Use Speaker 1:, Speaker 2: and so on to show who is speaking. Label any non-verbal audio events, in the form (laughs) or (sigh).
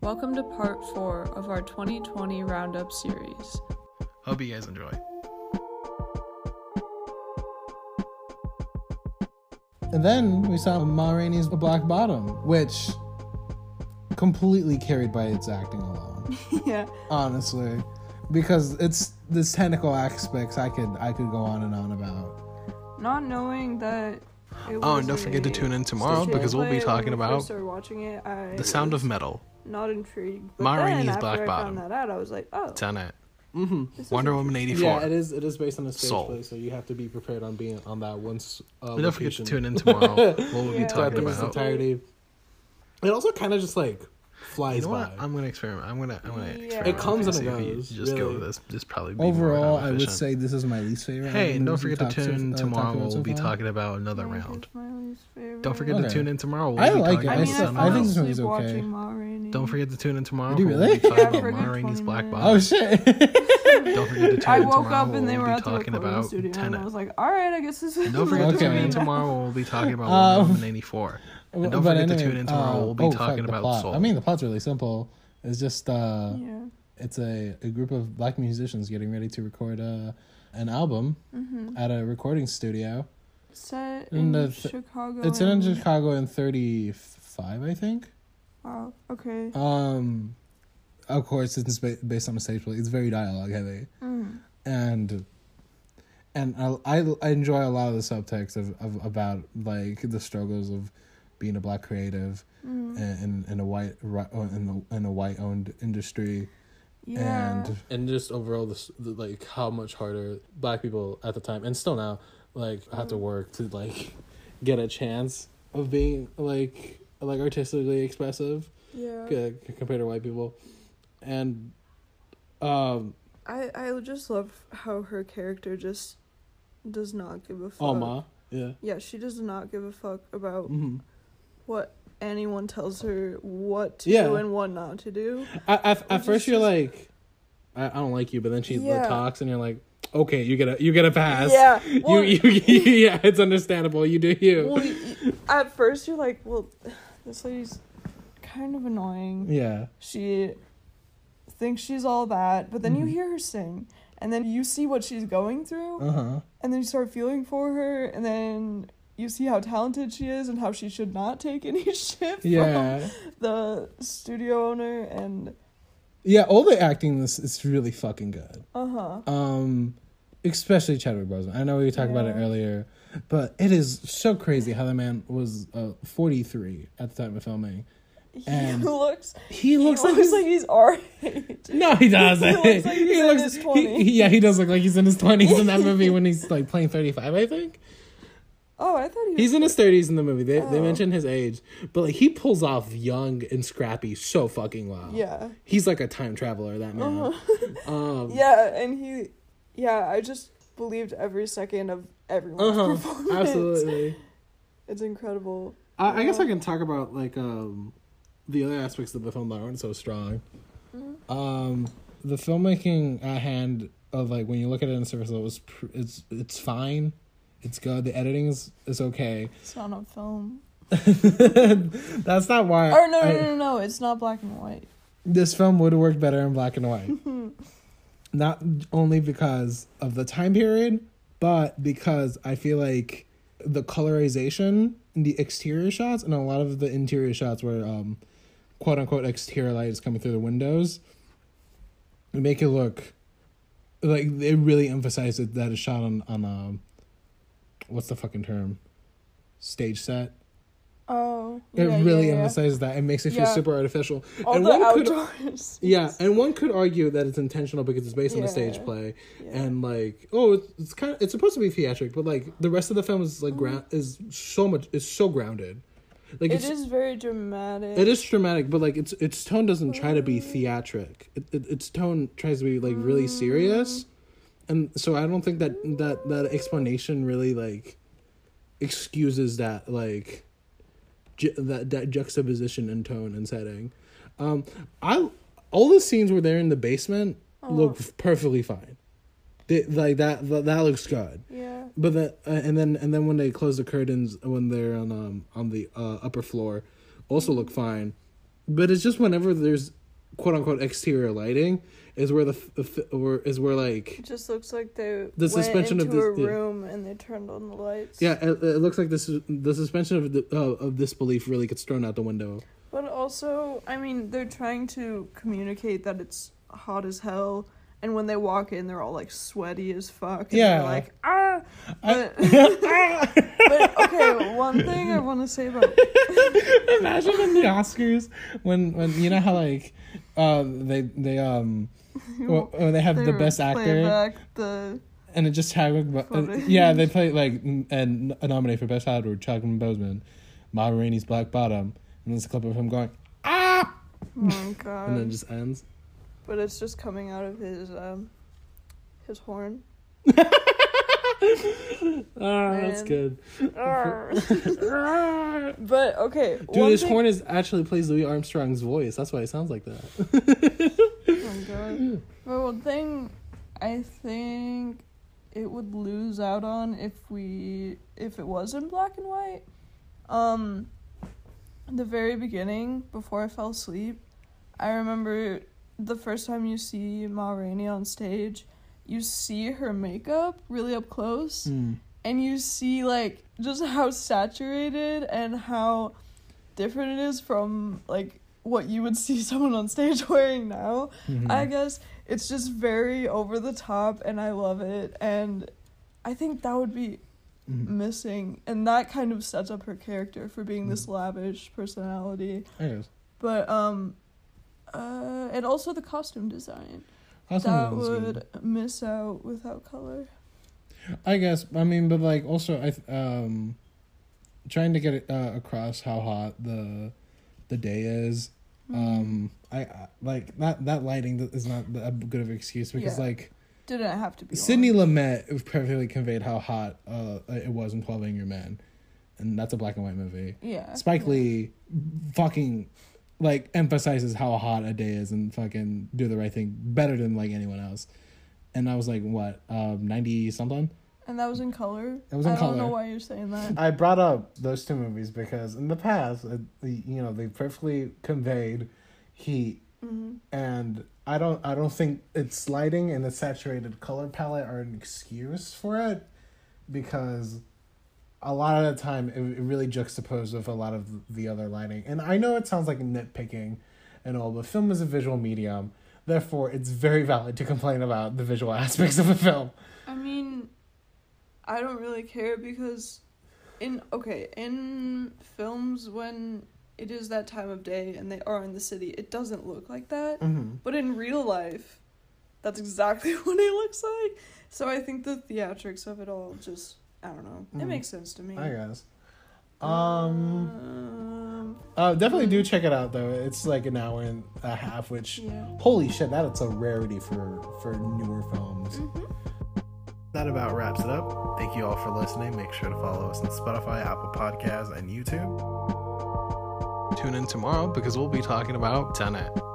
Speaker 1: Welcome to part four of our 2020 Roundup series.
Speaker 2: Hope you guys enjoy.
Speaker 3: And then we saw Ma Rainey's Black Bottom, which completely carried by its acting alone,
Speaker 1: (laughs) yeah.
Speaker 3: (laughs) honestly, because it's this technical aspects I could I could go on and on about.
Speaker 1: Not knowing that. It
Speaker 2: Oh, and don't forget to tune in tomorrow because we'll be talking about
Speaker 1: Started watching it. I
Speaker 2: the sound of metal.
Speaker 1: not intrigued. But
Speaker 2: Ma
Speaker 1: then
Speaker 2: Rainey's
Speaker 1: after
Speaker 2: Black
Speaker 1: I
Speaker 2: Bottom.
Speaker 1: found that out, I was like, oh,
Speaker 2: It's on it.
Speaker 3: Mm-hmm.
Speaker 1: this is
Speaker 2: Wonder Woman '84.
Speaker 3: Yeah, it is. It is based on a stage
Speaker 2: Soul.
Speaker 3: play, so you have to be prepared on being on that once. Uh,
Speaker 2: And don't forget to
Speaker 3: location.
Speaker 2: tune
Speaker 3: (laughs)
Speaker 2: in tomorrow. what we'll be
Speaker 1: Yeah.
Speaker 3: Throughout
Speaker 2: talking
Speaker 3: the
Speaker 1: This is
Speaker 2: about.
Speaker 1: entire-
Speaker 3: entirety. It also kind of just like
Speaker 2: You
Speaker 3: flies
Speaker 2: know
Speaker 3: by.
Speaker 2: what? I'm gonna experiment. I'm gonna. I'm gonna.
Speaker 1: Yeah. It
Speaker 2: Experiment with
Speaker 3: comes
Speaker 2: this
Speaker 3: and it
Speaker 2: if you
Speaker 3: goes,
Speaker 2: Just go
Speaker 3: really.
Speaker 2: with this. This probably be more
Speaker 3: Overall, I would
Speaker 2: efficient.
Speaker 3: say this is my least favorite.
Speaker 2: Hey,
Speaker 3: album
Speaker 2: and don't
Speaker 3: that we've
Speaker 2: forget to
Speaker 3: talked so-
Speaker 2: tune in
Speaker 3: uh,
Speaker 2: tomorrow.
Speaker 3: talked about
Speaker 2: We'll
Speaker 3: so
Speaker 2: be
Speaker 3: far.
Speaker 2: talking about another
Speaker 1: Like,
Speaker 2: round.
Speaker 1: it's my least favorite.
Speaker 2: Don't forget to
Speaker 3: Okay.
Speaker 2: tune in tomorrow. We'll
Speaker 3: I
Speaker 2: be
Speaker 3: like
Speaker 2: talking
Speaker 3: it.
Speaker 1: I
Speaker 2: about
Speaker 1: mean,
Speaker 3: s-
Speaker 1: I,
Speaker 2: something
Speaker 1: fell
Speaker 3: I think
Speaker 2: else.
Speaker 3: this movie's
Speaker 1: asleep
Speaker 3: okay.
Speaker 1: watching Ma Rainey.
Speaker 2: Don't forget to tune in tomorrow.
Speaker 3: Did you
Speaker 2: when
Speaker 3: really?
Speaker 1: (laughs)
Speaker 2: We'll be
Speaker 1: Yeah,
Speaker 2: talking
Speaker 1: for a
Speaker 2: about Ma
Speaker 1: good
Speaker 2: Rainey's
Speaker 1: 20
Speaker 2: Black
Speaker 1: minutes.
Speaker 3: (laughs) Oh
Speaker 2: Bottom. (laughs)
Speaker 3: shit.
Speaker 2: Don't forget to tune
Speaker 1: (laughs) I
Speaker 2: in
Speaker 1: woke
Speaker 2: tomorrow.
Speaker 1: up and they
Speaker 2: We'll
Speaker 1: were
Speaker 2: be
Speaker 1: at the recording
Speaker 2: talking about
Speaker 1: studio, and I (laughs)
Speaker 2: Tenet.
Speaker 1: was like, all right, I guess this is.
Speaker 2: And don't
Speaker 1: (laughs)
Speaker 2: forget to tune
Speaker 3: Okay.
Speaker 2: in tomorrow. We'll be talking about
Speaker 3: (laughs) Um,
Speaker 2: Wonder Woman '84. And don't
Speaker 3: But
Speaker 2: forget to
Speaker 3: anyway,
Speaker 2: tune in tomorrow.
Speaker 3: uh,
Speaker 2: we'll be
Speaker 3: oh, fuck,
Speaker 2: talking
Speaker 3: the
Speaker 2: about
Speaker 3: plot.
Speaker 2: Soul.
Speaker 3: I mean, the plot's really simple. It's just uh,
Speaker 1: Yeah.
Speaker 3: it's a, a group of black musicians getting ready to record uh, an album
Speaker 1: Mm-hmm.
Speaker 3: at a recording studio.
Speaker 1: Set
Speaker 3: In
Speaker 1: in
Speaker 3: the th-
Speaker 1: Chicago.
Speaker 3: It's in Chicago in thirty five, I think.
Speaker 1: Wow. Okay.
Speaker 3: Um, of course, it's ba- based on a stage play. It's very dialogue heavy,
Speaker 1: Mm.
Speaker 3: and and I, I I enjoy a lot of the subtext of, of about like the struggles of being a black creative
Speaker 1: Mm.
Speaker 3: in in a white ri- uh, in the in a white owned industry
Speaker 1: Yeah.
Speaker 3: and and just overall the, s- the like how much harder black people at the time and still now like have to work to like get a chance of being like like artistically expressive
Speaker 1: yeah.
Speaker 3: c- c- uh, compared to white people and um
Speaker 1: I I just love how her character just does not give a fuck.
Speaker 3: Alma yeah
Speaker 1: Yeah, she does not give a fuck about
Speaker 3: hmm
Speaker 1: what anyone tells her what to
Speaker 3: Yeah.
Speaker 1: do and what not to do.
Speaker 3: I, I, at
Speaker 1: just-
Speaker 3: first you're like I, I don't like you but then she like,
Speaker 1: Yeah.
Speaker 3: talks and you're like okay you get a you get a pass
Speaker 1: Yeah. Well,
Speaker 3: you, (laughs) you, yeah, it's understandable. You do you.
Speaker 1: well, y- y- at first you're like, well, this lady's kind of annoying.
Speaker 3: yeah.
Speaker 1: she thinks she's all that, but then you
Speaker 3: Mhm.
Speaker 1: hear her sing, and then you see what she's going through,
Speaker 3: Uh huh.
Speaker 1: and then you start feeling for her, and then you see how talented she is and how she should not take any (laughs) shit from
Speaker 3: Yeah.
Speaker 1: the studio owner and
Speaker 3: Yeah. All the acting this is really fucking good.
Speaker 1: uh huh.
Speaker 3: Um, especially Chadwick Boseman. I know we talked about it
Speaker 1: Yeah.
Speaker 3: earlier, but it is so crazy how the man was uh, forty three at the time of filming.
Speaker 1: He
Speaker 3: And
Speaker 1: looks
Speaker 3: He looks like he's like.
Speaker 1: he's our age.
Speaker 3: No, he doesn't.
Speaker 1: (laughs) He looks like he's in his
Speaker 3: he-
Speaker 1: 20s.
Speaker 3: yeah, he does look like he's in his twenties in that
Speaker 1: (laughs)
Speaker 3: movie when he's like playing thirty five. I think
Speaker 1: Oh, I thought he was
Speaker 3: he's
Speaker 1: (laughs)
Speaker 3: in his thirties in the movie. They they
Speaker 1: Oh.
Speaker 3: mention his age, but like he pulls off young and scrappy so fucking well.
Speaker 1: yeah. Uh-huh.
Speaker 3: he's like a time traveler that man (laughs) um
Speaker 1: (laughs) Yeah, and he yeah, I just believed every second of everyone's
Speaker 3: uh-huh,
Speaker 1: performance.
Speaker 3: absolutely
Speaker 1: It's incredible.
Speaker 3: I, I guess i can talk about like um the other aspects of the film that aren't so strong
Speaker 1: Mm-hmm.
Speaker 3: um the filmmaking at hand of like when you look at it in surface level it's pr- it's it's fine it's good the editing is, is okay (laughs)
Speaker 1: It's not on film.
Speaker 3: that's not why
Speaker 1: Oh no,
Speaker 3: Uh, I-
Speaker 1: no, no, no, no! It's not black and white.
Speaker 3: this film would have worked better in black
Speaker 1: (laughs)
Speaker 3: and white. Not only because of the time period, but because I feel like the colorization in the exterior shots and a lot of the interior shots where um quote unquote exterior light is coming through the windows make it look like it really emphasizes that it's shot on on um what's the fucking term stage set
Speaker 1: Oh,
Speaker 3: it
Speaker 1: yeah,
Speaker 3: really
Speaker 1: yeah, yeah.
Speaker 3: emphasizes that it makes it feel
Speaker 1: Yeah.
Speaker 3: super artificial
Speaker 1: All
Speaker 3: and
Speaker 1: the
Speaker 3: one could-
Speaker 1: outdoors.
Speaker 3: yeah, and one could argue that it's intentional because it's based on a stage
Speaker 1: Yeah.
Speaker 3: play,
Speaker 1: Yeah.
Speaker 3: and like, oh, it's, it's kind of it's supposed to be theatric, but like the rest of the film is like ground is so much is so grounded, like
Speaker 1: it
Speaker 3: it's
Speaker 1: is very dramatic.
Speaker 3: it is dramatic, but like its its tone doesn't try to be theatric. It, it, its tone tries to be like really serious, and so I don't think that that that explanation really like excuses that like ju- that that juxtaposition in tone and setting. Um, I all the scenes where they're in the basement look perfectly fine. They, like that, that that looks good.
Speaker 1: Yeah.
Speaker 3: But that uh, and then and then when they close the curtains when they're on um on the uh, upper floor, also look fine. but it's just whenever there's quote unquote exterior lighting is where the, f- the f- or is where like
Speaker 1: It just looks like they
Speaker 3: The
Speaker 1: went
Speaker 3: suspension of
Speaker 1: into
Speaker 3: this-
Speaker 1: a
Speaker 3: yeah.
Speaker 1: room and they turned on the lights.
Speaker 3: yeah it, it looks like this is- the suspension of the, uh, of disbelief really gets thrown out the window
Speaker 1: But also, I mean, they're trying to communicate that it's hot as hell. And when they walk in, they're all like sweaty as fuck. And
Speaker 3: Yeah.
Speaker 1: They're like,
Speaker 3: (laughs)
Speaker 1: ah.
Speaker 3: I-
Speaker 1: But,
Speaker 3: (laughs)
Speaker 1: but okay, one thing I want to say
Speaker 3: (laughs)
Speaker 1: about
Speaker 3: imagine in the oscars when when you know how like uh they they um well, oh, they have the
Speaker 1: their
Speaker 3: best actor
Speaker 1: playback,
Speaker 3: (laughs)
Speaker 1: the
Speaker 3: and it just Chadwick Bo- uh,
Speaker 1: Footage.
Speaker 3: yeah they play like n- and a nominee for best actor Chadwick Boseman Ma Rainey's Black Bottom and there's a clip of him going ah
Speaker 1: oh
Speaker 3: and then it
Speaker 1: god,
Speaker 3: just ends
Speaker 1: but it's just coming out of his um his horn.
Speaker 3: (laughs) ah
Speaker 1: that's
Speaker 3: that's
Speaker 1: Man.
Speaker 3: good Dude,
Speaker 1: (laughs) but okay, one
Speaker 3: this
Speaker 1: thing-
Speaker 3: horn is actually plays Louis Armstrong's voice. That's why it sounds like that.
Speaker 1: Oh god. But one thing I think it would lose out on if we if it was in black and white. Um the very beginning, before I fell asleep, I remember the first time you see Ma Rainey on stage, you see her makeup really up close
Speaker 2: Mm.
Speaker 1: and you see like just how saturated and how different it is from like what you would (laughs) see someone on stage wearing now.
Speaker 3: Mm-hmm.
Speaker 1: I guess it's just very over the top and I love it and I think that would be
Speaker 3: Mm-hmm.
Speaker 1: missing and that kind of sets up her character for being
Speaker 3: Mm-hmm.
Speaker 1: this lavish personality.
Speaker 3: Anyways,
Speaker 1: But um uh and also the costume design.
Speaker 3: that's
Speaker 1: that
Speaker 3: one of those good-
Speaker 1: would miss out without color.
Speaker 3: I guess. I mean, but like also, I th- um, trying to get uh, across how hot the the day is.
Speaker 1: Mm-hmm.
Speaker 3: Um, I, I like that that lighting is not that good of an excuse because
Speaker 1: Yeah.
Speaker 3: like
Speaker 1: Didn't have to be
Speaker 3: Sydney
Speaker 1: orange.
Speaker 3: Lumet perfectly conveyed how hot uh it was in Twelve Angry Men, and that's a black and white movie.
Speaker 1: Yeah.
Speaker 3: Spike
Speaker 1: yeah.
Speaker 3: Lee fucking like emphasizes how hot a day is and fucking do the right thing better than like anyone else. And I was like, what, um, ninety something?
Speaker 1: And that was in color.
Speaker 3: That was in
Speaker 1: I don't know
Speaker 3: color.
Speaker 1: why you're saying
Speaker 3: (laughs)
Speaker 1: that.
Speaker 3: I brought up those two movies because in the past, uh, the- you know, they perfectly conveyed heat,
Speaker 1: Mm-hmm.
Speaker 3: and I don't, I don't think it's lighting and the saturated color palette are an excuse for it, because a lot of the time it, it really juxtaposed with a lot of the other lighting. And I know it sounds like nitpicking, and all, but film is a visual medium. Therefore, it's very valid to complain about the visual (laughs) aspects of a film.
Speaker 1: I mean, I don't really care because in okay, in films when it is that time of day and they are in the city, it doesn't look like that.
Speaker 3: Mm-hmm.
Speaker 1: But in real life, that's exactly (laughs) what it looks like. So I think the theatrics of it all just I don't know. It
Speaker 3: Mhm.
Speaker 1: makes sense to me.
Speaker 3: I guess. um
Speaker 1: Um,
Speaker 3: Uh, definitely do check it out though. It's like an hour and a half, which
Speaker 1: Yeah.
Speaker 3: holy shit, that it's a rarity for for newer films.
Speaker 1: Mm-hmm.
Speaker 2: That about wraps it up. Thank you all for listening. Make sure to follow us on Spotify, Apple Podcasts, and YouTube. Tune in tomorrow because we'll be talking about Tenet.